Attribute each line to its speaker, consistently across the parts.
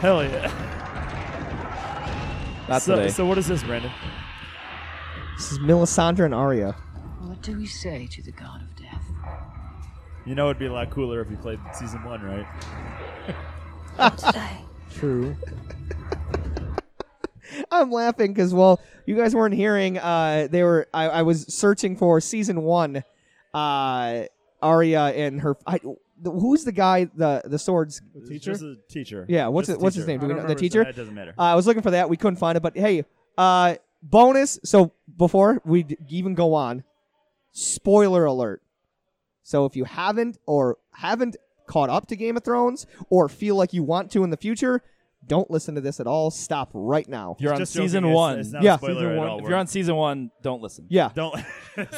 Speaker 1: Hell yeah.
Speaker 2: Not
Speaker 1: so,
Speaker 2: today.
Speaker 1: so what is this, Brandon?
Speaker 2: this is Melisandre and Arya.
Speaker 3: What do we say to the god of death?
Speaker 1: You know it'd be a lot cooler if you played season one, right?
Speaker 2: True. I'm laughing because well, you guys weren't hearing. Uh, they were. I, I was searching for season one. Uh, Arya and her. I, the, who's the guy? The the swords.
Speaker 1: Teacher? Just a teacher.
Speaker 2: Yeah, what's
Speaker 1: Just
Speaker 2: it-
Speaker 1: a
Speaker 2: what's his
Speaker 1: teacher.
Speaker 2: name? Do
Speaker 1: I
Speaker 2: we
Speaker 1: don't
Speaker 2: know- the
Speaker 1: remember his
Speaker 2: teacher?
Speaker 1: name. It doesn't matter.
Speaker 2: Uh, I was looking for that. We couldn't find it. But hey, uh, bonus. So before we d- even go on, spoiler alert. So if you haven't or haven't caught up to Game of Thrones or feel like you want to in the future, don't listen to this at all. Stop right now.
Speaker 4: If you're on
Speaker 1: Just joking,
Speaker 4: season
Speaker 1: it's-
Speaker 4: one,
Speaker 1: it's not a
Speaker 2: Yeah.
Speaker 1: spoiler
Speaker 4: season
Speaker 1: at
Speaker 4: one-
Speaker 1: all,
Speaker 4: if
Speaker 1: we're-
Speaker 4: you're on season one, don't listen.
Speaker 2: yeah.
Speaker 1: Don't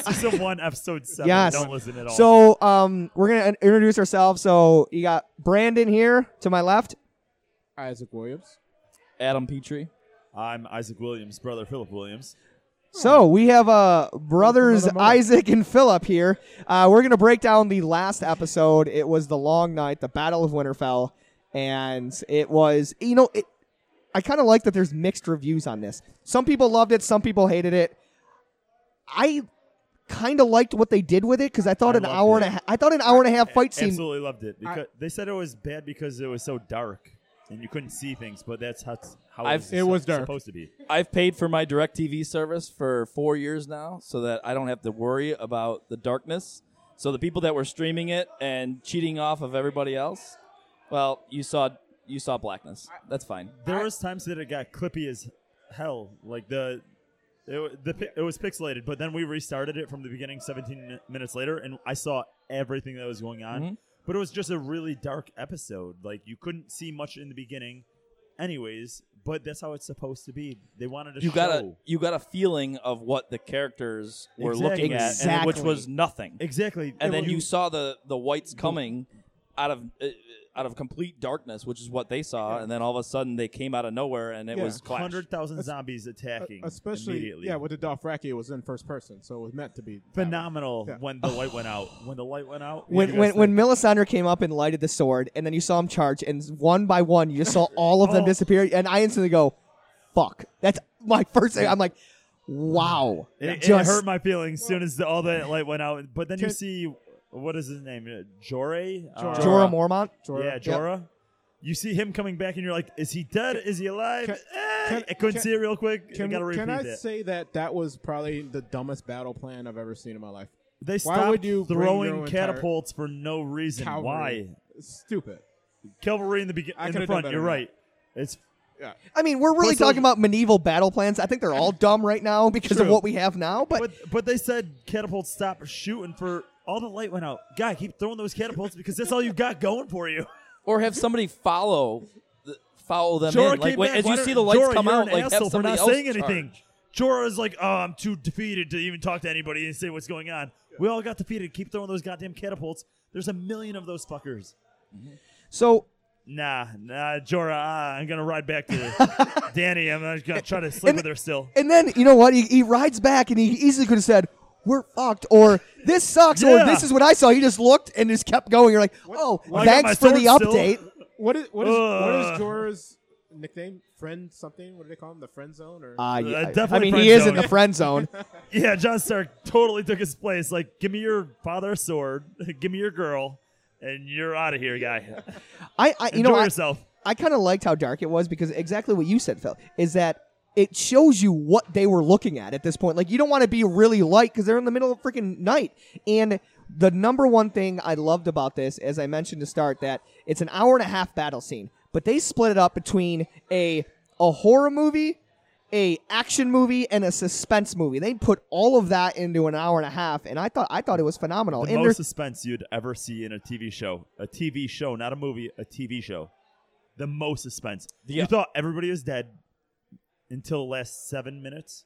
Speaker 1: season one, episode seven.
Speaker 2: Yes.
Speaker 1: Don't listen at all.
Speaker 2: So um, we're gonna in- introduce ourselves. So you got Brandon here to my left.
Speaker 5: Isaac Williams.
Speaker 4: Adam Petrie.
Speaker 1: I'm Isaac Williams, brother Philip Williams.
Speaker 2: So we have uh, brothers Isaac and Philip here. Uh, we're gonna break down the last episode. It was the Long Night, the Battle of Winterfell, and it was you know it. I kind of like that there's mixed reviews on this. Some people loved it, some people hated it. I kind of liked what they did with it because I thought
Speaker 1: I
Speaker 2: an
Speaker 1: loved
Speaker 2: hour and
Speaker 1: it.
Speaker 2: a half. I thought an hour and a half fight scene.
Speaker 1: Absolutely loved it because they said it was bad because it was so dark and you couldn't see things, but that's how how
Speaker 4: I've-
Speaker 1: it was,
Speaker 5: it was dark.
Speaker 1: supposed to be.
Speaker 4: I've paid for my DirecTV service for four years now, so that I don't have to worry about the darkness. So the people that were streaming it and cheating off of everybody else, well, you saw you saw blackness. That's fine.
Speaker 1: There was times that it got clippy as hell. Like the it, wa- the pi- it was pixelated, but then we restarted it from the beginning 17 mi- minutes later and I saw everything that was going on.
Speaker 4: Mm-hmm.
Speaker 1: But it was just a really dark episode. Like you couldn't see much in the beginning anyways, but that's how it's supposed to be. They wanted to
Speaker 4: You
Speaker 1: show
Speaker 4: got a you got a feeling of what the characters were
Speaker 1: Exactly.
Speaker 4: looking at, and, which
Speaker 2: Exactly.
Speaker 4: was nothing.
Speaker 1: Exactly.
Speaker 4: and
Speaker 1: It
Speaker 4: then
Speaker 1: was-
Speaker 4: you saw the the whites coming out of uh, out of complete darkness, which is what they saw, and then all of a sudden they came out of nowhere, and it
Speaker 5: Yeah.
Speaker 4: was clash.
Speaker 1: hundred thousand zombies attacking,
Speaker 5: Uh, Especially,
Speaker 1: immediately.
Speaker 5: yeah, with the Dothraki, it was in first person, so it was meant to be. that way.
Speaker 1: phenomenal
Speaker 5: Yeah.
Speaker 1: when the light went out. When the light went out,
Speaker 2: when
Speaker 1: you
Speaker 2: when,
Speaker 1: guys
Speaker 2: when Melisandre came up and lighted the sword, and then you saw him charge, and one by one you just saw all of them
Speaker 1: Oh.
Speaker 2: disappear, and I instantly go, "Fuck!" That's my first. thing. I'm like, "Wow!"
Speaker 1: think- it, it
Speaker 2: just
Speaker 1: hurt my feelings as soon as the, all that light went out. But then you
Speaker 5: Can-
Speaker 1: see what is his name, Uh, Jorah? Uh,
Speaker 5: Jorah.
Speaker 2: Jorah Mormont.
Speaker 5: Jorah.
Speaker 1: Yeah, Jorah. You see him coming back, and you're like, "Is he dead? Is he alive?"
Speaker 5: Can-
Speaker 1: Eh,
Speaker 5: can-
Speaker 1: I couldn't
Speaker 5: can-
Speaker 1: see it real quick.
Speaker 5: Can,
Speaker 1: I gotta
Speaker 5: we-
Speaker 1: repeat
Speaker 5: can I
Speaker 1: that.
Speaker 5: say that that was probably the dumbest battle plan I've ever seen in my life?
Speaker 1: they
Speaker 5: why
Speaker 1: stopped
Speaker 5: would you bring your
Speaker 1: throwing
Speaker 5: entire
Speaker 1: catapults for no reason.
Speaker 5: Cavalry.
Speaker 1: Why?
Speaker 5: Stupid.
Speaker 1: Cavalry in the
Speaker 5: I
Speaker 1: beginning, in the
Speaker 5: could've done
Speaker 1: front.
Speaker 5: better
Speaker 1: You're
Speaker 5: than
Speaker 1: right. It's
Speaker 2: I mean, we're really
Speaker 1: Plus, uh,
Speaker 2: talking about medieval battle plans. I think they're all dumb right now because of
Speaker 5: True.
Speaker 2: what we have now. But,
Speaker 1: But but they said catapults stop shooting for all the light went out. Guy, keep throwing those catapults because that's all you got going for you.
Speaker 4: or have somebody follow the, follow them
Speaker 1: Jorah
Speaker 4: in. Like
Speaker 1: came
Speaker 4: when-
Speaker 1: back.
Speaker 4: as
Speaker 1: Why
Speaker 4: you
Speaker 1: don't-
Speaker 4: see the lights
Speaker 1: Jorah,
Speaker 4: come
Speaker 1: you're
Speaker 4: out,
Speaker 1: an
Speaker 4: like
Speaker 1: asshole
Speaker 4: have
Speaker 1: for
Speaker 4: somebody
Speaker 1: not
Speaker 4: else
Speaker 1: saying anything.
Speaker 4: charge.
Speaker 1: Jorah's like, oh, I'm too defeated to even talk to anybody and say what's going on. We all got defeated. Keep throwing those goddamn catapults. There's a million of those fuckers.
Speaker 2: so
Speaker 1: Nah, nah, Jorah, ah, I'm gonna ride back to Danny. I'm not gonna try to sleep
Speaker 2: And-
Speaker 1: with her still.
Speaker 2: and then you know what? He, he rides back, and he easily could have said. We're fucked, or this sucks, or
Speaker 1: Yeah.
Speaker 2: this is what I saw. He just looked and just kept going. You're like, oh,
Speaker 1: Well, I got my
Speaker 2: thanks for the
Speaker 1: sword still. Uh,
Speaker 2: update.
Speaker 5: What is what is, what is
Speaker 1: Ugh.
Speaker 5: Jorah's nickname? Friend something? What do they call him? The friend zone or
Speaker 2: Uh, yeah, I
Speaker 1: definitely
Speaker 2: mean,
Speaker 1: friend
Speaker 2: he is
Speaker 1: zone.
Speaker 2: in the friend zone.
Speaker 1: Yeah, John Stark totally took his place. Like, give me your father's sword, give me your girl, and you're out of here, guy.
Speaker 2: I, I you
Speaker 1: Enjoy
Speaker 2: know, I,
Speaker 1: yourself.
Speaker 2: I kind of liked how dark it was because exactly what you said, Phil, is that it shows you what they were looking at at this point. Like, you don't want to be really light because they're in the middle of freaking night. And the number one thing I loved about this, as I mentioned to start, that it's an hour and a half battle scene, but they split it up between a a horror movie, a action movie, and a suspense movie. They put all of that into an hour and a half, and I thought I thought it was phenomenal.
Speaker 1: The
Speaker 2: and
Speaker 1: most
Speaker 2: they're-
Speaker 1: suspense you'd ever see in a TV show. A TV show, not a movie, a TV show. The most suspense.
Speaker 4: Yeah.
Speaker 1: You thought everybody was dead until the last seven minutes.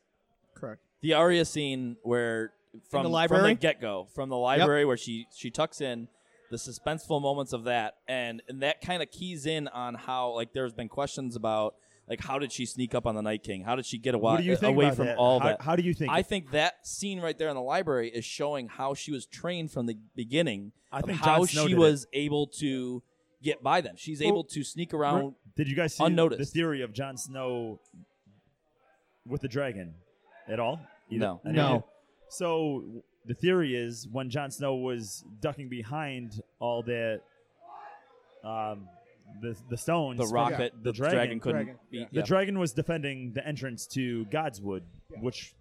Speaker 5: correct?
Speaker 4: The Arya scene where from
Speaker 2: the library?
Speaker 4: from the get go from the library where she she tucks in the suspenseful moments of that and and that kind of keys in on how like there's been questions about like how did she sneak up on the Night King? How did she get away,
Speaker 1: what do you think
Speaker 4: uh, away
Speaker 1: about
Speaker 4: from
Speaker 1: that?
Speaker 4: all
Speaker 1: how,
Speaker 4: that?
Speaker 1: How do you think?
Speaker 4: I think that scene right there in the library is showing how she was trained from the beginning.
Speaker 1: I
Speaker 4: of
Speaker 1: think Jon
Speaker 4: how
Speaker 1: Snow
Speaker 4: she
Speaker 1: did it.
Speaker 4: was able to get by them. She's able to sneak around
Speaker 1: Did you guys see
Speaker 4: Unnoticed.
Speaker 1: the theory of Jon Snow with the dragon at all?
Speaker 4: No.
Speaker 1: any
Speaker 5: No.
Speaker 1: idea? So w- the theory is when Jon Snow was ducking behind all that, um, the the stones,
Speaker 4: The rock
Speaker 5: Yeah.
Speaker 4: that
Speaker 1: The
Speaker 4: the,
Speaker 1: dragon.
Speaker 4: dragon, couldn't
Speaker 5: Dragon,
Speaker 4: beat.
Speaker 5: yeah.
Speaker 1: the dragon was defending the entrance to Godswood,
Speaker 5: Yeah.
Speaker 1: which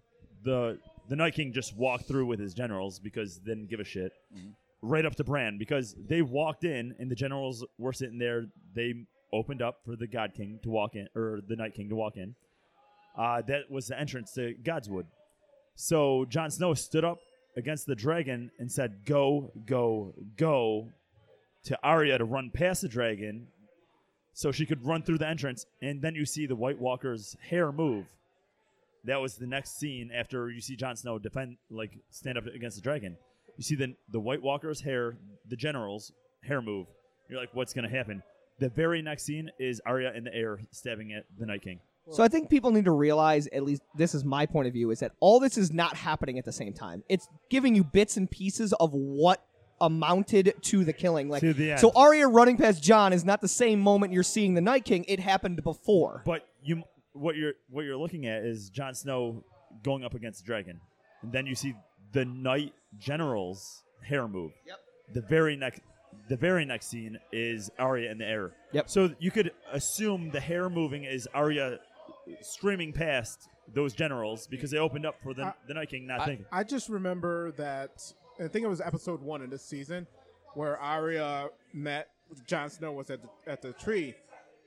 Speaker 1: the the Night King just walked through with his generals because they didn't give a shit.
Speaker 5: Mm-hmm.
Speaker 1: Right up to Bran because they walked in and the generals were sitting there. They opened up for the God King to walk in or the Night King to walk in. Uh, that was the entrance to Godswood. So Jon Snow stood up against the dragon and said, "Go, go, go!" to Arya to run past the dragon, so she could run through the entrance. And then you see the White Walker's hair move. That was the next scene after you see Jon Snow defend, like stand up against the dragon. You see the the White Walker's hair, the general's hair move. You're like, what's gonna happen? The very next scene is Arya in the air stabbing at the Night King.
Speaker 2: So I think people need to realize, at least this is my point of view, is that all this is not happening at the same time. It's giving you bits and pieces of what amounted to the killing. Like
Speaker 1: To the end.
Speaker 2: so Arya running past John is not the same moment you're seeing the Night King. It happened before.
Speaker 1: But you, what you're what you're looking at is Jon Snow going up against the dragon, and then you see the knight general's hair move. Yep. The very next, the very next scene is Arya in the air.
Speaker 2: Yep.
Speaker 1: So you could assume the hair moving is Arya streaming past those generals because they opened up for the,
Speaker 5: I-
Speaker 1: the Night King, not
Speaker 5: I,
Speaker 1: thinking.
Speaker 5: I just remember that I think it was episode one in this season where Arya met Jon Snow was at the, at the tree,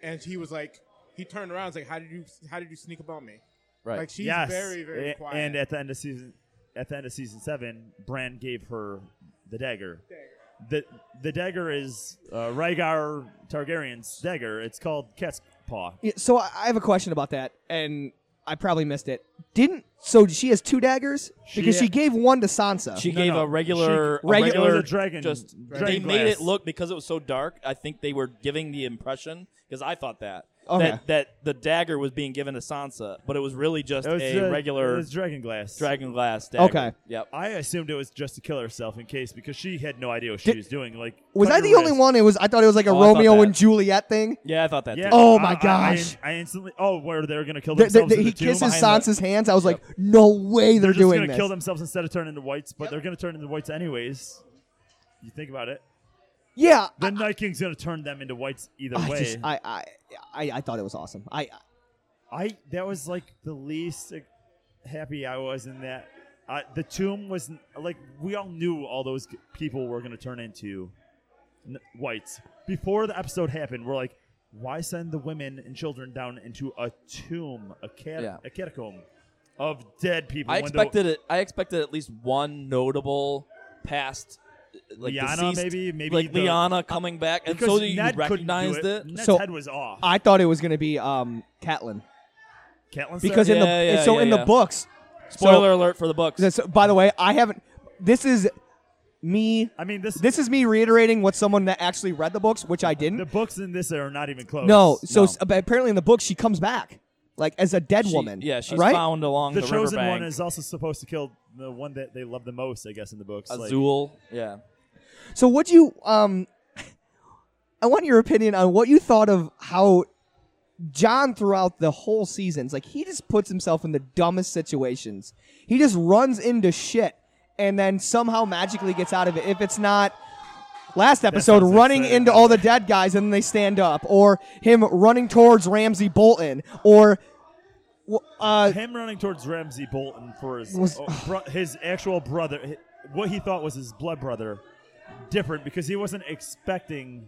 Speaker 5: and he was like, he turned around, and was like, how did you how did you sneak up on me?
Speaker 4: Right.
Speaker 5: Like she's
Speaker 1: yes.
Speaker 5: very very
Speaker 1: A-
Speaker 5: quiet.
Speaker 1: And at the end of season, at the end of season seven, Bran gave her the dagger. The the dagger is uh, Rhaegar Targaryen's dagger. It's called Cat's Paw.
Speaker 2: Yeah, So I I have a question about that, and I probably missed it. Didn't so she has two daggers
Speaker 1: She-
Speaker 2: because she gave one to Sansa.
Speaker 4: She
Speaker 1: No,
Speaker 4: gave
Speaker 1: no.
Speaker 4: a regular,
Speaker 1: She-
Speaker 4: a
Speaker 2: Regu-
Speaker 4: regular
Speaker 1: it was a dragon-
Speaker 4: Just
Speaker 1: dragon
Speaker 4: they made
Speaker 1: glass.
Speaker 4: it look because it was so dark. I think they were giving the impression because I thought that
Speaker 2: Okay.
Speaker 4: that that the dagger was being given to Sansa, but it was really just
Speaker 1: It was
Speaker 4: a
Speaker 1: uh,
Speaker 4: regular
Speaker 1: It was dragon glass.
Speaker 4: dragon glass dagger.
Speaker 2: Okay.
Speaker 4: Yep.
Speaker 1: I assumed it was just to kill herself in case because she had no idea what she
Speaker 2: Did-
Speaker 1: was doing. Like,
Speaker 2: was
Speaker 1: cut
Speaker 2: I
Speaker 1: your
Speaker 2: the only
Speaker 1: wrist.
Speaker 2: one? It was. I thought it was like a
Speaker 4: Oh, I thought
Speaker 2: Romeo
Speaker 4: that.
Speaker 2: and Juliet thing.
Speaker 4: Yeah, I thought that.
Speaker 1: Yeah.
Speaker 4: Too.
Speaker 2: Oh my
Speaker 1: I- I-
Speaker 2: gosh.
Speaker 1: I, instantly. Oh, where they're gonna kill
Speaker 2: Th- th-
Speaker 1: themselves.
Speaker 2: th-
Speaker 1: in the
Speaker 2: he
Speaker 1: tomb
Speaker 2: kisses
Speaker 1: behind the-
Speaker 2: Sansa's hands. I was like, no way they're,
Speaker 1: They're just
Speaker 2: doing
Speaker 1: gonna
Speaker 2: this.
Speaker 1: kill themselves instead of turning into whites, but they're gonna turn into whites anyways. You think about it.
Speaker 2: Yeah,
Speaker 1: The Night King's gonna turn them into whites either
Speaker 2: I
Speaker 1: way.
Speaker 2: just I, I I I thought it was awesome. I
Speaker 1: I that was like the least like, happy I was in that. I, the tomb was like we all knew all those g- people were going to turn into n- whites before the episode happened. We're like, why send the women and children down into a tomb, a cat,
Speaker 4: Yeah.
Speaker 1: a catacomb of dead people?
Speaker 4: I
Speaker 1: when the-
Speaker 4: expected it. I expected at least one notable past, uh, like
Speaker 1: Lyanna,
Speaker 4: deceased-
Speaker 1: maybe- maybe
Speaker 4: like
Speaker 1: the-
Speaker 4: Liana coming back, and
Speaker 1: because
Speaker 4: so that you
Speaker 1: Ned couldn't do
Speaker 4: recognized
Speaker 1: it.
Speaker 4: it.
Speaker 1: Ned's
Speaker 2: So-
Speaker 1: head was off.
Speaker 2: I thought it was gonna be um Catelyn
Speaker 1: Catelyn
Speaker 2: because in the
Speaker 4: Yeah, yeah,
Speaker 2: so
Speaker 4: yeah,
Speaker 2: in the
Speaker 4: yeah.
Speaker 2: books.
Speaker 4: Spoiler alert for the books.
Speaker 2: So, so- by the way, I haven't. This is me.
Speaker 1: I mean, this
Speaker 2: This is me reiterating what someone that actually read the books, which I
Speaker 1: the
Speaker 2: didn't.
Speaker 1: books in this are not even close.
Speaker 2: No. So
Speaker 4: No.
Speaker 2: s- but apparently in the book she comes back like as a dead
Speaker 4: She-
Speaker 2: woman.
Speaker 4: Yeah, she's
Speaker 2: right.
Speaker 4: found along
Speaker 1: the,
Speaker 4: the,
Speaker 1: chosen
Speaker 4: riverbank.
Speaker 1: one is also supposed to kill the one that they love the most, I guess, in the books. Like-
Speaker 4: Azul. yeah.
Speaker 2: So what you um I want your opinion on what you thought of how John throughout the whole seasons like he just puts himself in the dumbest situations. He just runs into shit and then somehow magically gets out of it. If it's not last episode
Speaker 1: sounds
Speaker 2: running
Speaker 1: exciting.
Speaker 2: into all the dead guys and then they stand up or him running towards Ramsey Bolton or wh- uh
Speaker 1: him running towards Ramsey Bolton for his
Speaker 2: Was-
Speaker 1: oh, bro- his actual brother, hi- what he thought was his blood brother, different because he wasn't expecting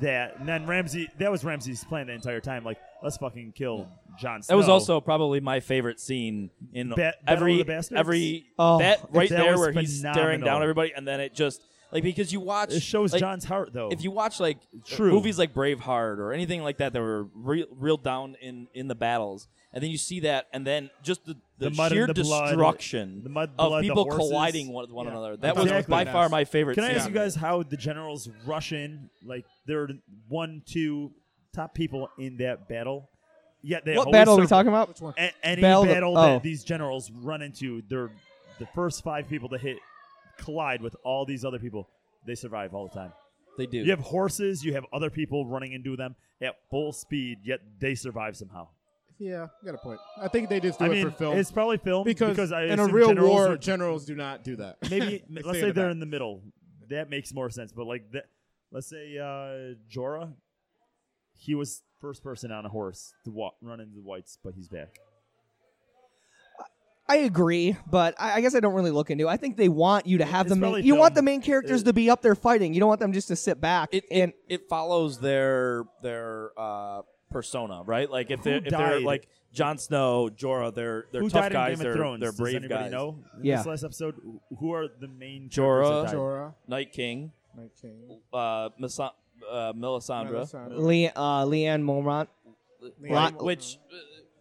Speaker 1: that. And then Ramsey, that was Ramsey's plan the entire time. Like, let's fucking kill John. Snow.
Speaker 4: That was also probably my favorite scene in
Speaker 1: Battle of
Speaker 4: every
Speaker 1: the Bastards?
Speaker 4: every
Speaker 2: Oh,
Speaker 4: that right
Speaker 1: that
Speaker 4: there
Speaker 1: was
Speaker 4: where he's staring
Speaker 1: phenomenal.
Speaker 4: down everybody, and then it just like because you watch
Speaker 1: It shows
Speaker 4: like,
Speaker 1: John's heart though.
Speaker 4: If you watch like
Speaker 1: True.
Speaker 4: movies like Braveheart or anything like that that were real, real down in in the battles, and then you see that, and then just the,
Speaker 1: The
Speaker 4: the,
Speaker 1: mud and
Speaker 4: sheer
Speaker 1: the blood,
Speaker 4: destruction
Speaker 1: the mud,
Speaker 4: of
Speaker 1: blood, the
Speaker 4: people
Speaker 1: horses.
Speaker 4: colliding one with one
Speaker 5: Yeah.
Speaker 4: another.
Speaker 5: I
Speaker 4: That
Speaker 5: thought that
Speaker 4: was
Speaker 5: was
Speaker 4: by
Speaker 5: badass.
Speaker 4: far my favorite.
Speaker 1: Can I
Speaker 4: scene.
Speaker 1: ask you guys how the generals rush in? Like they're one, two top people in that battle. Yet they
Speaker 2: what
Speaker 1: always
Speaker 2: battle are we
Speaker 1: circle-
Speaker 2: talking about?
Speaker 5: Which one?
Speaker 1: A- any
Speaker 2: Battle-
Speaker 1: battle
Speaker 2: oh.
Speaker 1: that these generals run into, they're the first five people to hit collide with all these other people. They survive all the time.
Speaker 4: They do.
Speaker 1: You have horses, you have other people running into them at full speed, yet they survive somehow.
Speaker 5: Yeah, you got a point. I think they just do
Speaker 1: I
Speaker 5: it
Speaker 1: mean,
Speaker 5: for film
Speaker 1: it's probably film
Speaker 5: because,
Speaker 1: I
Speaker 5: in a
Speaker 1: assume
Speaker 5: real
Speaker 1: generals
Speaker 5: war,
Speaker 1: would-
Speaker 5: generals do not do that.
Speaker 1: maybe
Speaker 5: They
Speaker 1: let's
Speaker 5: stay
Speaker 1: say
Speaker 5: in the
Speaker 1: they're
Speaker 5: back.
Speaker 1: in the middle. That makes more sense. But like that, let's say uh, Jorah, he was first person on a horse to walk, run into the whites, but he's back.
Speaker 2: I agree, but I, I guess I don't really look into. it. I think they want you to have
Speaker 1: It's
Speaker 2: the main.
Speaker 1: probably
Speaker 2: You want
Speaker 1: filmed.
Speaker 2: the main characters
Speaker 1: It-
Speaker 2: to be up there fighting. You don't want them just to sit back.
Speaker 4: it,
Speaker 2: and
Speaker 4: it it follows their their uh, persona, right? Like if they are
Speaker 1: Who
Speaker 4: if they're
Speaker 1: died?
Speaker 4: like Jon Snow, Jorah, they're they're
Speaker 1: Who
Speaker 4: tough
Speaker 1: died
Speaker 4: guys,
Speaker 1: in Game
Speaker 4: they're
Speaker 1: of Thrones?
Speaker 4: they're brave
Speaker 1: Does anybody
Speaker 4: guys.
Speaker 1: know? In
Speaker 2: Yeah.
Speaker 1: This last episode, wh- who are the main
Speaker 4: Jorah.
Speaker 1: characters that died?
Speaker 5: Jorah,
Speaker 4: Night King,
Speaker 5: Night King,
Speaker 4: uh, Misa- uh, Melisandre,
Speaker 5: Melisandre,
Speaker 2: Le- uh, Leanne Mormont.
Speaker 4: right?
Speaker 5: Liam-
Speaker 4: which uh,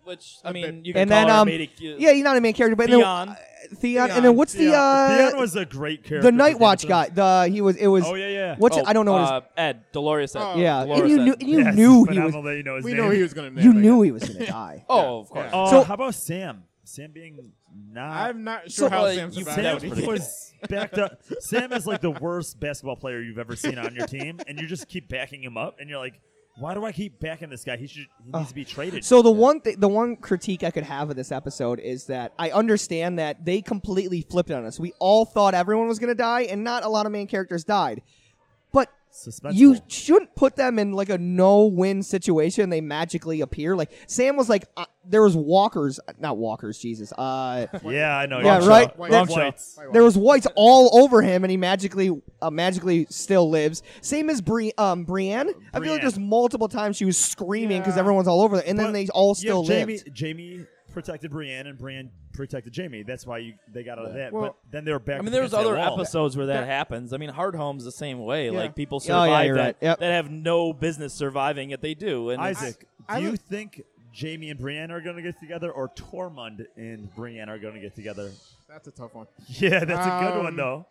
Speaker 4: which I
Speaker 5: A
Speaker 4: mean
Speaker 5: bit.
Speaker 4: you can
Speaker 2: And
Speaker 4: call
Speaker 2: then,
Speaker 4: her uh,
Speaker 2: um,
Speaker 4: Maid of Q-
Speaker 2: Yeah, he's not a main character, but then-
Speaker 4: Theon.
Speaker 2: uh, Theon, and then what's the uh,
Speaker 1: Theon was a great character.
Speaker 2: the
Speaker 1: for Game
Speaker 2: Night
Speaker 1: of
Speaker 2: Watch guy?
Speaker 1: Thrones.
Speaker 2: The he was it was.
Speaker 1: Oh yeah, yeah.
Speaker 2: What's
Speaker 4: Oh,
Speaker 2: it? I don't know. What his,
Speaker 4: uh, Ed Dolores Ed.
Speaker 5: Oh.
Speaker 2: yeah,
Speaker 4: Dolores
Speaker 2: and you knew
Speaker 4: Ed.
Speaker 2: and you
Speaker 1: Yeah, it's
Speaker 2: knew he was.
Speaker 1: phenomenal that you know his
Speaker 5: We
Speaker 1: name.
Speaker 5: know he was going to.
Speaker 2: You knew he was gonna die.
Speaker 4: Oh, of course.
Speaker 5: Yeah.
Speaker 1: Oh,
Speaker 2: So-
Speaker 1: how about Sam? Sam being not.
Speaker 5: I'm not
Speaker 2: So,
Speaker 5: sure how
Speaker 4: uh,
Speaker 5: Sam
Speaker 4: you-
Speaker 5: survived.
Speaker 4: that
Speaker 1: Sam
Speaker 4: was pretty
Speaker 1: was, backed up. Sam is like the worst basketball player you've ever seen on your team, and you just keep backing him up, and you're like, why do I keep backing this guy? He should he needs to be traded.
Speaker 2: So the one th- the one critique I could have of this episode is that I understand that they completely flipped on us. We all thought everyone was gonna die, and not a lot of main characters died. But
Speaker 1: Suspenseful.
Speaker 2: you shouldn't put them in like a no-win situation. They magically appear. Like Sam was like, uh, there was walkers, uh, not walkers. Jesus, uh,
Speaker 1: yeah, I know.
Speaker 2: Yeah,
Speaker 1: Wrong
Speaker 2: right?
Speaker 1: show.
Speaker 5: White
Speaker 1: Wrong
Speaker 5: White
Speaker 1: show.
Speaker 5: White Walker.
Speaker 2: there was whites all over him, and he magically, uh, magically still lives. Same as Bri- um, Brienne. I feel like
Speaker 1: Brienne.
Speaker 2: there's multiple times she was screaming because everyone's all over, her, and
Speaker 1: But
Speaker 2: then they all
Speaker 1: you
Speaker 2: still
Speaker 1: have
Speaker 2: lived.
Speaker 1: Jamie, Jamie protected Brienne, and Brienne protected Jamie. That's why you they got out of that.
Speaker 5: Well-
Speaker 1: but then they were back.
Speaker 4: I mean,
Speaker 1: up
Speaker 4: there's
Speaker 1: against
Speaker 4: other
Speaker 1: that wall.
Speaker 4: episodes where that happens. I mean, Hard Home's the same way.
Speaker 5: Yeah.
Speaker 4: Like people
Speaker 2: Oh,
Speaker 4: survive
Speaker 2: yeah, you're
Speaker 4: that,
Speaker 2: right. Yep.
Speaker 4: that have no business surviving, yet they do. And it's-
Speaker 1: Isaac,
Speaker 5: I- I
Speaker 1: do you
Speaker 5: would-
Speaker 1: think Jamie and Brienne are going to get together, or Tormund and Brienne are going to get together?
Speaker 5: That's a tough one.
Speaker 1: Yeah, that's a good one
Speaker 5: Um,
Speaker 1: though.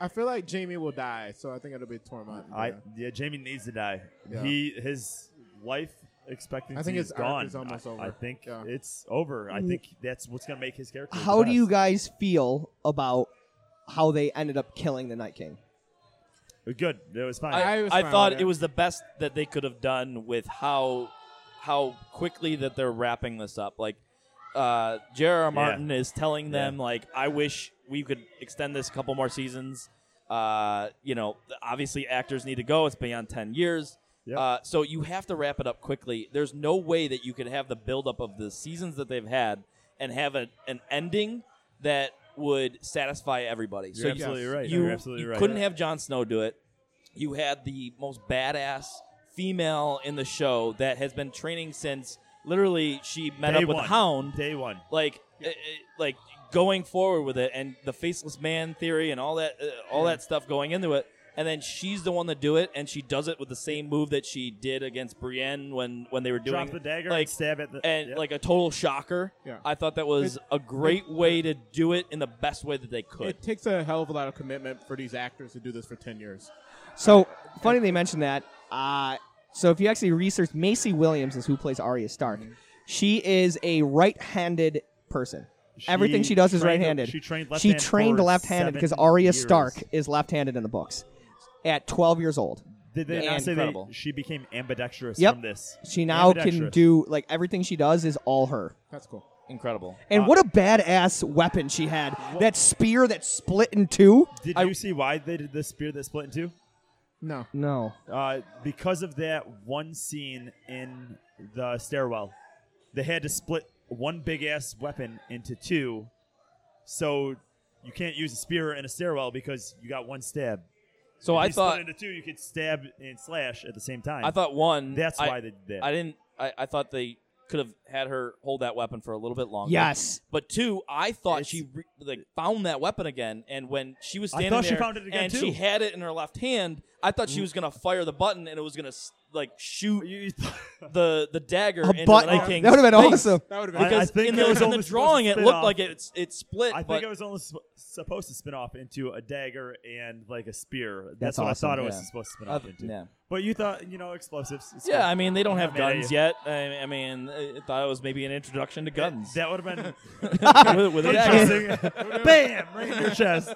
Speaker 5: I feel like Jamie will die, so I think it'll be Tormund.
Speaker 1: I
Speaker 5: yeah.
Speaker 1: yeah, Jamie needs to die.
Speaker 5: Yeah.
Speaker 1: He his life expectancy
Speaker 5: I think
Speaker 1: is
Speaker 5: his arc
Speaker 1: gone.
Speaker 5: is almost
Speaker 1: I,
Speaker 5: over.
Speaker 1: I think
Speaker 5: Yeah. Mm.
Speaker 1: it's over. I think that's what's gonna make his character. the
Speaker 2: How do
Speaker 1: best.
Speaker 2: you guys feel about how they ended up killing the Night King?
Speaker 1: Good. It was fine.
Speaker 4: I,
Speaker 5: I was
Speaker 4: I
Speaker 5: fine
Speaker 4: thought
Speaker 5: with
Speaker 4: it
Speaker 5: it.
Speaker 4: was the best that they could have done with how how quickly that they're wrapping this up. Like uh J.R.R. Martin is telling them like I wish we could extend this a couple more seasons. Uh, you know, obviously actors need to go. It's beyond 10 years.
Speaker 1: Yep.
Speaker 4: Uh, so you have to wrap it up quickly. There's no way that you could have the buildup of the seasons that they've had and have a, an ending that would satisfy everybody.
Speaker 1: You're
Speaker 4: so you-
Speaker 1: absolutely right.
Speaker 4: you,
Speaker 1: You're absolutely
Speaker 4: you
Speaker 1: right.
Speaker 4: couldn't have Jon Snow do it. You had the most badass female in the show that has been training since literally she met
Speaker 1: Day
Speaker 4: up with
Speaker 1: one.
Speaker 4: Hound.
Speaker 1: Day one.
Speaker 4: Like, eh, eh, like going forward with it, and the faceless man theory, and all that, uh, all that stuff going into it. And then she's the one to do it, and she does it with the same move that she did against Brienne when when they were doing
Speaker 1: Drop the dagger
Speaker 4: like
Speaker 1: and stab at the
Speaker 4: and
Speaker 1: yeah.
Speaker 4: like a total shocker.
Speaker 5: Yeah.
Speaker 4: I thought that was a great way to do it in the best way that they could.
Speaker 5: It takes a hell of a lot of commitment for these actors to do this for ten years.
Speaker 2: So funny they mentioned that. Uh, so if you actually research, Macy Williams is who plays Arya Stark.
Speaker 1: Mm-hmm.
Speaker 2: She is a right-handed person. Everything she does is
Speaker 1: trained-
Speaker 2: right-handed.
Speaker 1: she trained
Speaker 2: She
Speaker 1: left-hand
Speaker 2: trained
Speaker 1: for
Speaker 2: left-handed because
Speaker 1: seven
Speaker 2: Arya
Speaker 1: years.
Speaker 2: Stark is left-handed in the books. At 12 years old,
Speaker 1: Did they
Speaker 2: Yeah.
Speaker 1: not say
Speaker 4: Incredible.
Speaker 1: that she became ambidextrous
Speaker 2: Yep.
Speaker 1: from this?
Speaker 2: she now can
Speaker 1: Ambidextrous.
Speaker 2: do like everything she does is all her.
Speaker 5: That's cool.
Speaker 4: Incredible.
Speaker 1: Uh,
Speaker 2: And what a badass weapon she had! That spear that split in two.
Speaker 1: Did you see why they did this spear that split in two?
Speaker 5: No,
Speaker 2: No.
Speaker 1: uh, because of that one scene in the stairwell, they had to split one big ass weapon into two. So you can't use a spear in a stairwell because you got one stab.
Speaker 4: So
Speaker 1: If
Speaker 4: I
Speaker 1: you
Speaker 4: thought
Speaker 1: split into two, you could stab and slash at the same time.
Speaker 4: I thought one.
Speaker 1: that's
Speaker 4: I-
Speaker 1: why they did that.
Speaker 4: I didn't. I, I thought they could have had her hold that weapon for a little bit longer.
Speaker 2: Yes.
Speaker 4: But two, I thought
Speaker 1: It's-
Speaker 4: she re- like found that weapon again, and when she was
Speaker 1: I
Speaker 4: standing
Speaker 1: thought she
Speaker 4: there
Speaker 1: found it again,
Speaker 4: and
Speaker 1: too.
Speaker 4: she had it in her left hand, I thought she was gonna fire the button and it was gonna s- like shoot the the dagger
Speaker 2: A
Speaker 4: into the
Speaker 2: button.
Speaker 4: Night King's
Speaker 2: That would've been
Speaker 4: face.
Speaker 2: awesome.
Speaker 5: that would have
Speaker 1: I-
Speaker 5: been.
Speaker 1: I
Speaker 4: Because
Speaker 1: think
Speaker 4: in
Speaker 1: it
Speaker 4: the,
Speaker 1: was
Speaker 4: in the
Speaker 1: almost supposed to
Speaker 4: drawing, it
Speaker 1: spin
Speaker 4: looked
Speaker 1: off.
Speaker 4: like it it split.
Speaker 1: I think
Speaker 4: but
Speaker 1: it was only sp- supposed to spin off into a dagger and like a spear. That's,
Speaker 2: That's
Speaker 1: what I
Speaker 2: awesome,
Speaker 1: thought it was
Speaker 4: yeah.
Speaker 1: supposed to spin
Speaker 4: Uh,
Speaker 1: off into.
Speaker 4: yeah.
Speaker 1: But you thought, you know, explosives. it's
Speaker 4: yeah,
Speaker 1: cool.
Speaker 4: I mean they don't
Speaker 1: I'm
Speaker 4: have
Speaker 1: not mad at
Speaker 4: guns
Speaker 1: you.
Speaker 4: yet. I, I mean, I thought it was maybe an introduction to guns.
Speaker 1: That would have been
Speaker 4: with, with a dagger.
Speaker 1: Interesting. Bam! Right in your chest.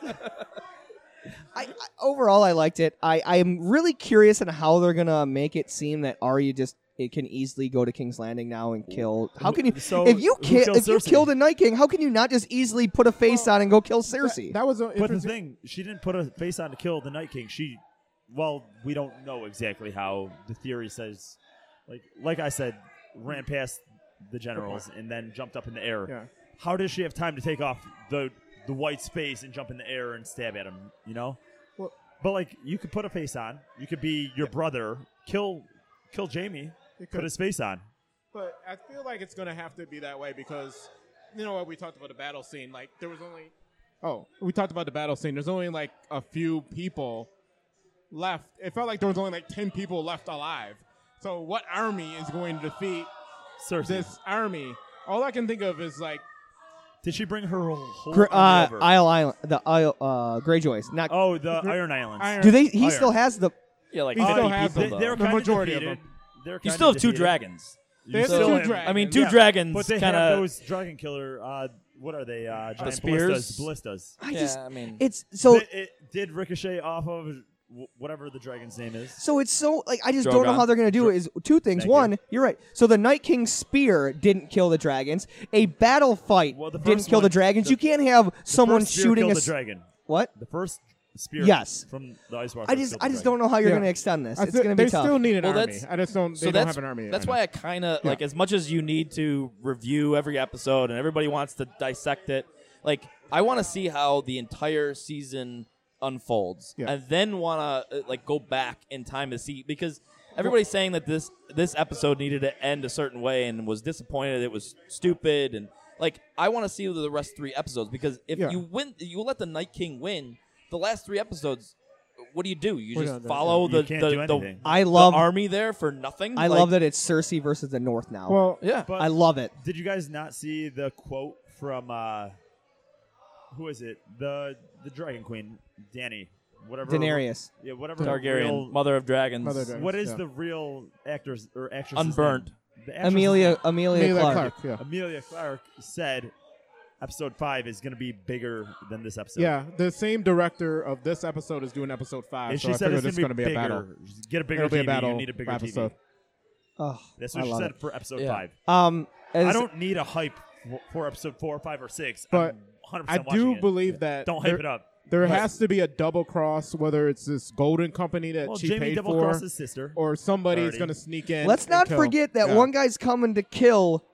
Speaker 2: I, I overall I liked it. I I am really curious on how they're gonna make it seem that Arya just it can easily go to King's Landing now and kill. How can you
Speaker 1: So,
Speaker 2: if you
Speaker 1: who
Speaker 2: ki-
Speaker 1: killed
Speaker 2: if you
Speaker 1: Cersei?
Speaker 2: killed a Night King? How can you not just easily put a face on and go kill Cersei?
Speaker 5: That, that was an
Speaker 1: But the
Speaker 5: interesting-
Speaker 1: thing, she didn't put a face on to kill the Night King. She, well, we don't know exactly how the theory says. Like, like I said, ran past the generals and then jumped up in the air.
Speaker 5: Yeah.
Speaker 1: How does she have time to take off the the white space and jump in the air and stab at him? You know.
Speaker 5: Well-
Speaker 1: but like, you could put a face on. You could be your brother. Kill, kill Jamie.
Speaker 5: You could.
Speaker 1: Put his face on.
Speaker 5: But I feel like it's gonna have to be that way because you know what we talked about the battle scene. Like there was only oh we talked about the battle scene. There's only like a few people left. It felt like there was only like ten people left alive. So what army is going to defeat
Speaker 1: Cersei.
Speaker 5: this army? All I can think of is like
Speaker 1: Did she bring her whole?
Speaker 2: Gr-
Speaker 1: army
Speaker 2: uh,
Speaker 1: over?
Speaker 2: Isle Island, the Isle, uh, Greyjoys. Not
Speaker 1: oh, the Iron Islands.
Speaker 5: Iron.
Speaker 2: do they? He
Speaker 1: Iron.
Speaker 2: still has the.
Speaker 4: Yeah, like
Speaker 5: We
Speaker 1: Uh,
Speaker 5: still
Speaker 4: fifty
Speaker 5: have
Speaker 4: people,
Speaker 1: they,
Speaker 5: them,
Speaker 4: though.
Speaker 1: they're
Speaker 5: The
Speaker 1: kind
Speaker 5: majority
Speaker 1: of
Speaker 5: of
Speaker 1: defeated.
Speaker 5: them.
Speaker 1: They're
Speaker 4: You
Speaker 1: kinda
Speaker 4: still have two
Speaker 1: defeated.
Speaker 4: dragons.
Speaker 5: They have
Speaker 4: So-
Speaker 5: two
Speaker 4: I mean,
Speaker 5: dragons.
Speaker 4: two
Speaker 5: Yeah,
Speaker 1: But
Speaker 4: dragons
Speaker 1: they
Speaker 4: kind
Speaker 1: have
Speaker 4: of.
Speaker 1: those dragon killer. Uh, what are they? Uh, giant ballistas.
Speaker 4: spears?
Speaker 1: Ballistas.
Speaker 2: I just.
Speaker 4: Yeah, I mean,
Speaker 2: It's so.
Speaker 1: Th- it did ricochet off of w- whatever the dragon's name is.
Speaker 2: So it's so like I just don't know
Speaker 4: Drogon.
Speaker 2: how they're gonna do it. Is two things.
Speaker 1: Thank
Speaker 2: One, you. are right. So the Night King's spear didn't kill the dragons. A battle fight
Speaker 1: Well, the
Speaker 2: didn't
Speaker 1: first
Speaker 2: kill the
Speaker 1: one-
Speaker 2: dragons.
Speaker 1: the-
Speaker 2: you can't have someone
Speaker 1: First spear
Speaker 2: shooting
Speaker 1: killed
Speaker 2: a
Speaker 1: the
Speaker 2: s-
Speaker 1: dragon.
Speaker 2: what?
Speaker 1: The first spear.
Speaker 2: Yes.
Speaker 1: From the ice walker.
Speaker 2: I just
Speaker 1: killed the
Speaker 2: I just
Speaker 1: dragon.
Speaker 2: don't know how you're
Speaker 5: Yeah.
Speaker 2: gonna extend this.
Speaker 5: I
Speaker 2: it's
Speaker 5: feel-
Speaker 2: gonna be
Speaker 5: they
Speaker 2: tough.
Speaker 5: still need an
Speaker 4: Well,
Speaker 5: army.
Speaker 4: that's-
Speaker 5: I just don't. They
Speaker 4: so
Speaker 5: don't
Speaker 4: that's-
Speaker 5: have an army.
Speaker 4: That's
Speaker 5: right
Speaker 4: why I kind of like as much as you need to review every episode and everybody wants to dissect it. Like I want to see how the entire season unfolds,
Speaker 5: Yeah.
Speaker 4: and then want to like go back in time to see because everybody's saying that this this episode needed to end a certain way and was disappointed. It was stupid and like I want to see the rest three episodes because if
Speaker 5: Yeah.
Speaker 4: you win, you let the Night King win. The last three episodes, what do you do? You
Speaker 5: We're
Speaker 4: just
Speaker 5: not done.
Speaker 4: follow
Speaker 1: You
Speaker 4: the
Speaker 1: can't
Speaker 4: the,
Speaker 1: do
Speaker 4: the-
Speaker 1: anything.
Speaker 2: I
Speaker 4: the
Speaker 2: love
Speaker 4: army there for nothing.
Speaker 2: I
Speaker 4: Like,
Speaker 2: love that it's Cersei versus the North now.
Speaker 5: now. Well,
Speaker 4: Yeah.
Speaker 1: But
Speaker 2: I love it.
Speaker 1: Did you guys not see the quote from uh, who is it? The the dragon queen, Danny, whatever.
Speaker 2: Daenerys.
Speaker 1: Yeah, whatever. her
Speaker 4: Targaryen,
Speaker 1: real-
Speaker 4: mother of dragons.
Speaker 5: Mother of Dragons.
Speaker 1: What is
Speaker 5: Yeah.
Speaker 1: the real actors or actress?
Speaker 4: Unburnt.
Speaker 1: The actress-
Speaker 2: Amelia Amelia,
Speaker 5: Amelia
Speaker 2: Clark.
Speaker 5: Clark. Yeah.
Speaker 1: Amelia Clark said episode five is going to be bigger than this episode.
Speaker 5: Yeah, the same director of this episode is doing episode five,
Speaker 1: And
Speaker 5: so
Speaker 1: she
Speaker 5: I
Speaker 1: said
Speaker 5: figured
Speaker 1: it's,
Speaker 5: it's
Speaker 1: going to
Speaker 5: be a battle.
Speaker 1: Get a bigger
Speaker 5: It'll be
Speaker 1: TV.
Speaker 5: a battle
Speaker 1: you need a bigger
Speaker 5: episode.
Speaker 1: TV.
Speaker 2: Oh,
Speaker 1: That's
Speaker 2: I
Speaker 1: what she
Speaker 2: love
Speaker 1: said for episode
Speaker 4: Yeah.
Speaker 1: five.
Speaker 2: it. Um,
Speaker 1: I
Speaker 2: as-
Speaker 1: don't need a hype for, for episode four, five, or six.
Speaker 5: But
Speaker 1: I'm 100%
Speaker 5: I
Speaker 1: watching
Speaker 5: do
Speaker 1: it.
Speaker 5: believe that
Speaker 1: Don't hype
Speaker 5: there,
Speaker 1: it up.
Speaker 5: There
Speaker 1: Right.
Speaker 5: has to be a double cross, whether it's this golden company that
Speaker 1: Well,
Speaker 5: she
Speaker 1: Jamie
Speaker 5: paid
Speaker 1: double
Speaker 5: for,
Speaker 1: crossed his sister.
Speaker 5: or somebody's
Speaker 1: Already.
Speaker 5: going to sneak in.
Speaker 2: let's
Speaker 5: and
Speaker 2: not
Speaker 5: kill.
Speaker 2: forget that
Speaker 5: Yeah.
Speaker 2: one guy's coming to kill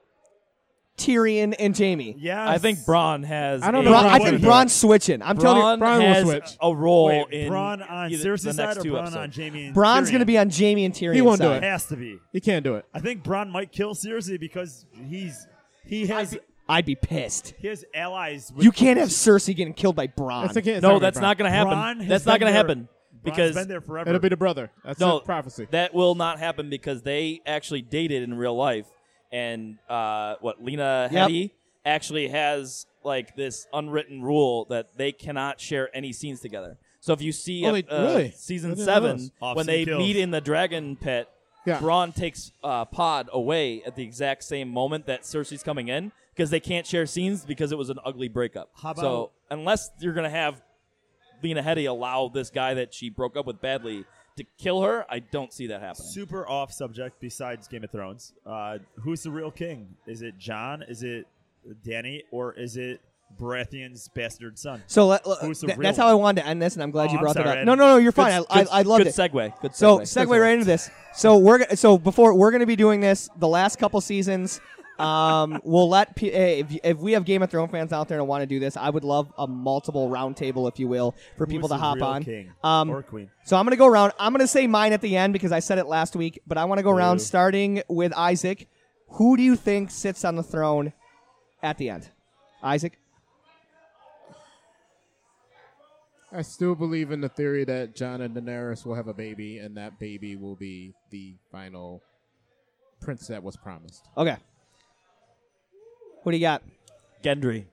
Speaker 2: Tyrion and Jamie.
Speaker 1: yeah,
Speaker 4: I think Braun has.
Speaker 5: I don't
Speaker 4: a-
Speaker 5: know Braun
Speaker 2: I
Speaker 5: would've
Speaker 2: think
Speaker 5: done
Speaker 2: Braun's switching. I'm telling
Speaker 4: Braun,
Speaker 5: Bronn will
Speaker 4: has
Speaker 5: switch.
Speaker 4: a role
Speaker 1: Wait,
Speaker 4: in
Speaker 1: Braun on
Speaker 4: either
Speaker 1: Cersei's
Speaker 4: the
Speaker 1: side
Speaker 4: next
Speaker 1: or
Speaker 4: two
Speaker 1: Braun
Speaker 4: episodes.
Speaker 1: on Jamie?
Speaker 2: you,
Speaker 1: and
Speaker 2: Braun's
Speaker 1: Tyrion?
Speaker 2: going to be on Jamie and Tyrion.
Speaker 5: He won't do it.
Speaker 1: Has to be.
Speaker 5: He can't do it.
Speaker 1: I think Braun might kill Cersei because he's he
Speaker 2: I'd
Speaker 1: has
Speaker 2: be, I'd be pissed.
Speaker 1: he has allies. With
Speaker 2: You can't have Cersei getting killed by Braun.
Speaker 5: That's again, it's
Speaker 4: No,
Speaker 5: gonna be
Speaker 4: that's
Speaker 5: Bronn.
Speaker 4: not going to happen.
Speaker 1: Bronn has
Speaker 4: that's not
Speaker 1: been
Speaker 4: going
Speaker 1: there-
Speaker 4: to happen
Speaker 1: Bronn's
Speaker 4: because
Speaker 1: been there forever.
Speaker 5: It'll be the brother. That's
Speaker 4: no
Speaker 5: a prophecy.
Speaker 4: That will not happen because they actually dated in real life, and uh, what Lena
Speaker 2: Yep.
Speaker 4: Headey actually has like this unwritten rule that they cannot share any scenes together. So if you see
Speaker 5: Oh,
Speaker 4: uh,
Speaker 5: they-
Speaker 4: uh,
Speaker 5: really? I
Speaker 4: season
Speaker 5: didn't know
Speaker 4: seven
Speaker 5: this.
Speaker 4: when
Speaker 1: Off-scene
Speaker 4: they
Speaker 1: kills.
Speaker 4: meet in the dragon pit,
Speaker 5: Yeah.
Speaker 4: Braun takes uh, Pod away at the exact same moment that Cersei's coming in because they can't share scenes because it was an ugly breakup.
Speaker 1: How
Speaker 4: so
Speaker 1: about-
Speaker 4: unless you're gonna have Lena Headey allow this guy that she broke up with badly to kill her, I don't see that happening.
Speaker 1: super off subject besides Game of Thrones. Uh, who's the real king? Is it John? Is it Danny? Or is it Baratheon's bastard son?
Speaker 2: so let, let-
Speaker 1: Who's the
Speaker 2: th-
Speaker 1: real
Speaker 2: that's how
Speaker 1: one?
Speaker 2: I wanted to end this, and I'm glad
Speaker 1: Oh,
Speaker 2: you
Speaker 1: I'm
Speaker 2: brought that
Speaker 1: sorry,
Speaker 2: up.
Speaker 1: I
Speaker 2: No,
Speaker 1: didn't-
Speaker 2: no, no, you're fine.
Speaker 4: Good-
Speaker 2: I,
Speaker 4: good-
Speaker 2: I, I loved
Speaker 4: good
Speaker 2: it.
Speaker 4: segue. Good segue.
Speaker 2: So segue right into this. So we're go- so before we're going to be doing this the last couple seasons. Um, we'll let P- eh, if, if we have Game of Thrones fans out there and want to do this, I would love a multiple roundtable, if you will, for people
Speaker 1: Who's
Speaker 2: to
Speaker 1: the
Speaker 2: hop
Speaker 1: real
Speaker 2: on.
Speaker 1: King
Speaker 2: Um,
Speaker 1: or queen?
Speaker 2: So I'm gonna go around. I'm gonna say mine at the end because I said it last week, but I want to go around starting with Isaac. Who do you think sits on the throne at the end? Isaac.
Speaker 5: I still believe in the theory that John and Daenerys will have a baby, and that baby will be the final prince that was promised.
Speaker 2: Okay. What do you got?
Speaker 4: Gendry.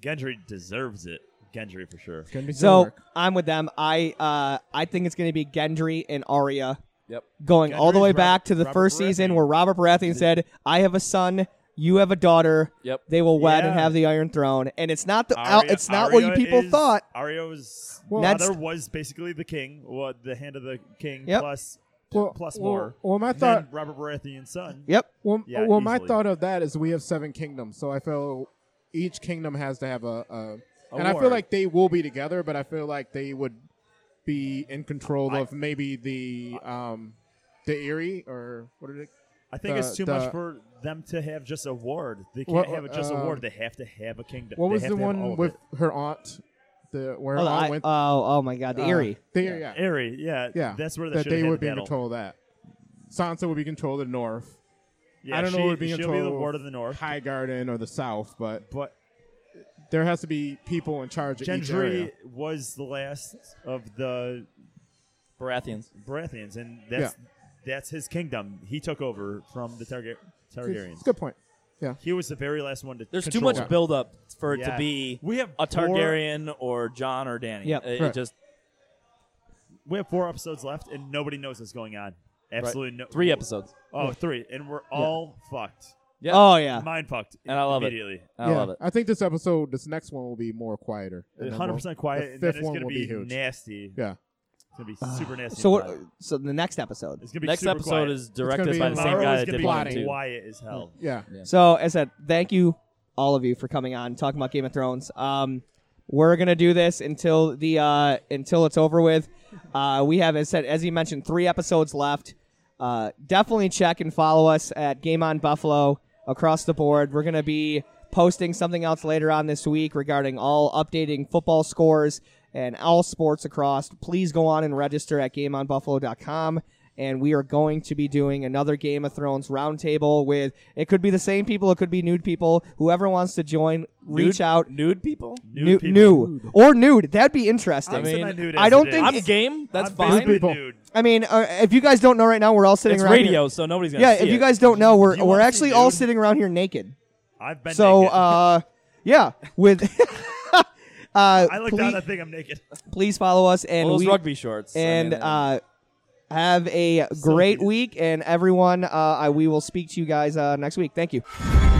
Speaker 1: Gendry deserves it. Gendry for sure.
Speaker 5: Couldn't be
Speaker 2: So
Speaker 5: Silmark.
Speaker 2: I'm with them. I uh, I think it's gonna be Gendry and Arya
Speaker 4: Yep.
Speaker 2: going all the
Speaker 1: Gendry's
Speaker 2: way
Speaker 1: Rob-
Speaker 2: back to the
Speaker 1: Robert
Speaker 2: first
Speaker 1: Baratheon.
Speaker 2: season where Robert Baratheon said, "I have a son, you have a daughter.
Speaker 4: Yep.
Speaker 2: They will wed and
Speaker 1: Yeah.
Speaker 2: have the Iron Throne." And it's not the
Speaker 1: Arya-
Speaker 2: it's not what
Speaker 1: Arya
Speaker 2: you people
Speaker 1: is-
Speaker 2: thought.
Speaker 1: Arya's
Speaker 5: Well,
Speaker 2: Ned
Speaker 1: there was basically the king, what the hand of the king
Speaker 2: Yep.
Speaker 1: plus
Speaker 5: Well,
Speaker 1: plus
Speaker 5: well-
Speaker 1: more.
Speaker 5: well, my
Speaker 1: And
Speaker 5: thought-
Speaker 1: then Robert Baratheon's son.
Speaker 2: Yep.
Speaker 5: Well,
Speaker 1: Yeah,
Speaker 5: well, my
Speaker 1: easily.
Speaker 5: thought of that is we have seven kingdoms, so I feel each kingdom has to have a, a,
Speaker 1: A
Speaker 5: and I feel
Speaker 1: war.
Speaker 5: like they will be together, but I feel like they would be in control
Speaker 1: I-
Speaker 5: of maybe the um the Erie or what are they?
Speaker 1: I think
Speaker 5: the-
Speaker 1: it's too
Speaker 5: the-
Speaker 1: much for them to have just a ward. They can't
Speaker 5: What-
Speaker 1: have just a
Speaker 5: uh,
Speaker 1: ward. They have to have a kingdom.
Speaker 5: What
Speaker 1: They
Speaker 5: was
Speaker 1: have
Speaker 5: the
Speaker 1: to have all
Speaker 5: one
Speaker 1: of
Speaker 5: with
Speaker 1: it.
Speaker 5: her aunt? The where her
Speaker 2: Oh,
Speaker 5: aunt
Speaker 2: I-
Speaker 5: went?
Speaker 2: oh, oh my God, the
Speaker 5: uh,
Speaker 2: Erie.
Speaker 5: The Erie, yeah,
Speaker 1: Aerie, yeah,
Speaker 5: yeah.
Speaker 1: That's where they
Speaker 5: that
Speaker 1: should have
Speaker 5: they
Speaker 1: had
Speaker 5: would
Speaker 1: the
Speaker 5: be in
Speaker 1: battle.
Speaker 5: control of that. Sansa would be control of the north.
Speaker 1: Yeah,
Speaker 5: I don't
Speaker 1: she,
Speaker 5: know who would be in
Speaker 1: she'll be the
Speaker 5: control.
Speaker 1: ward of the north,
Speaker 5: High Garden or the South, but
Speaker 1: but
Speaker 5: there has to be people in charge of each area.
Speaker 1: Gendry was the last of the
Speaker 4: Baratheons.
Speaker 1: Baratheons, and that's that's his kingdom. He took over from the Targa-
Speaker 5: It's
Speaker 1: Targaryens.
Speaker 5: a good point.
Speaker 1: He was the very last one to.
Speaker 4: There's
Speaker 1: control
Speaker 4: too
Speaker 1: it.
Speaker 4: much buildup for it
Speaker 1: Yeah.
Speaker 4: to be
Speaker 1: We have
Speaker 4: a
Speaker 1: four-
Speaker 4: Targaryen or John or Danny.
Speaker 2: Yep.
Speaker 4: It- it
Speaker 5: Right.
Speaker 4: just
Speaker 1: We have four episodes left, and nobody knows what's going on. Absolutely no.
Speaker 4: three episodes.
Speaker 1: Oh, three, and we're all fucked.
Speaker 4: Yeah.
Speaker 2: Oh yeah.
Speaker 1: Mind fucked.
Speaker 4: And I love it.
Speaker 1: immediately.
Speaker 4: I
Speaker 5: yeah,
Speaker 4: love it.
Speaker 5: I think this episode, this next one will be more quieter. And then
Speaker 1: Hundred percent quiet.
Speaker 5: the
Speaker 1: and then
Speaker 5: fifth
Speaker 1: it's
Speaker 5: one
Speaker 1: gonna
Speaker 5: will
Speaker 1: be,
Speaker 5: be huge.
Speaker 1: nasty.
Speaker 5: we'll- yeah,
Speaker 1: It's gonna be super nasty.
Speaker 2: So
Speaker 1: and
Speaker 2: what?
Speaker 1: quiet.
Speaker 2: So the next episode.
Speaker 1: It's gonna be
Speaker 4: Next
Speaker 1: super
Speaker 4: episode
Speaker 1: quiet.
Speaker 4: is
Speaker 5: gonna
Speaker 4: directed
Speaker 5: be
Speaker 4: by the same
Speaker 1: Tomorrow
Speaker 4: guy
Speaker 1: is
Speaker 4: that
Speaker 1: gonna
Speaker 4: did
Speaker 1: be
Speaker 4: one
Speaker 5: plotting.
Speaker 4: and two.
Speaker 1: Quiet as hell.
Speaker 5: yeah.
Speaker 2: So as I said, thank you all of you for coming on talking about Game of Thrones. Um, we're gonna do this until the uh, until it's over with. Uh, we have as said as he mentioned three episodes left. Uh, definitely check and follow us at Game on Buffalo across the board. We're gonna be posting something else later on this week regarding all updating football scores and all sports across. Please go on and register at GameOnBuffalo.com. And we are going to be doing another Game of Thrones roundtable with it could be the same people, it could be nude people. Whoever wants to join, reach
Speaker 4: Nude-
Speaker 2: out.
Speaker 4: Nude people.
Speaker 1: Nude
Speaker 2: Nu-
Speaker 1: people.
Speaker 2: nude. or nude. That'd be interesting.
Speaker 1: I'm
Speaker 4: mean,
Speaker 1: semi nude
Speaker 2: I
Speaker 1: as
Speaker 2: don't
Speaker 1: it
Speaker 2: think-
Speaker 1: is.
Speaker 4: I'm game. That's
Speaker 1: I'm
Speaker 4: fine.
Speaker 1: basically
Speaker 5: People.
Speaker 1: nude.
Speaker 2: I mean, uh, if you guys don't know right now, we're all sitting
Speaker 4: It's
Speaker 2: around.
Speaker 4: radio,
Speaker 2: Here.
Speaker 4: so nobody's gonna.
Speaker 2: Yeah,
Speaker 4: see
Speaker 2: if you
Speaker 4: it.
Speaker 2: guys don't know, we're
Speaker 1: You
Speaker 2: we're
Speaker 1: wanna see
Speaker 2: actually all
Speaker 1: nude?
Speaker 2: sitting around here naked.
Speaker 1: I've been
Speaker 2: So,
Speaker 1: naked.
Speaker 2: uh, yeah, with. Uh,
Speaker 1: I looked
Speaker 2: please,
Speaker 1: down that thing. I'm naked.
Speaker 2: please follow us and
Speaker 4: Well, those
Speaker 2: we,
Speaker 4: rugby shorts I
Speaker 2: and
Speaker 4: mean,
Speaker 2: uh, have a great
Speaker 1: cute.
Speaker 2: week. And everyone, uh, I, we will speak to you guys uh, next week. Thank you.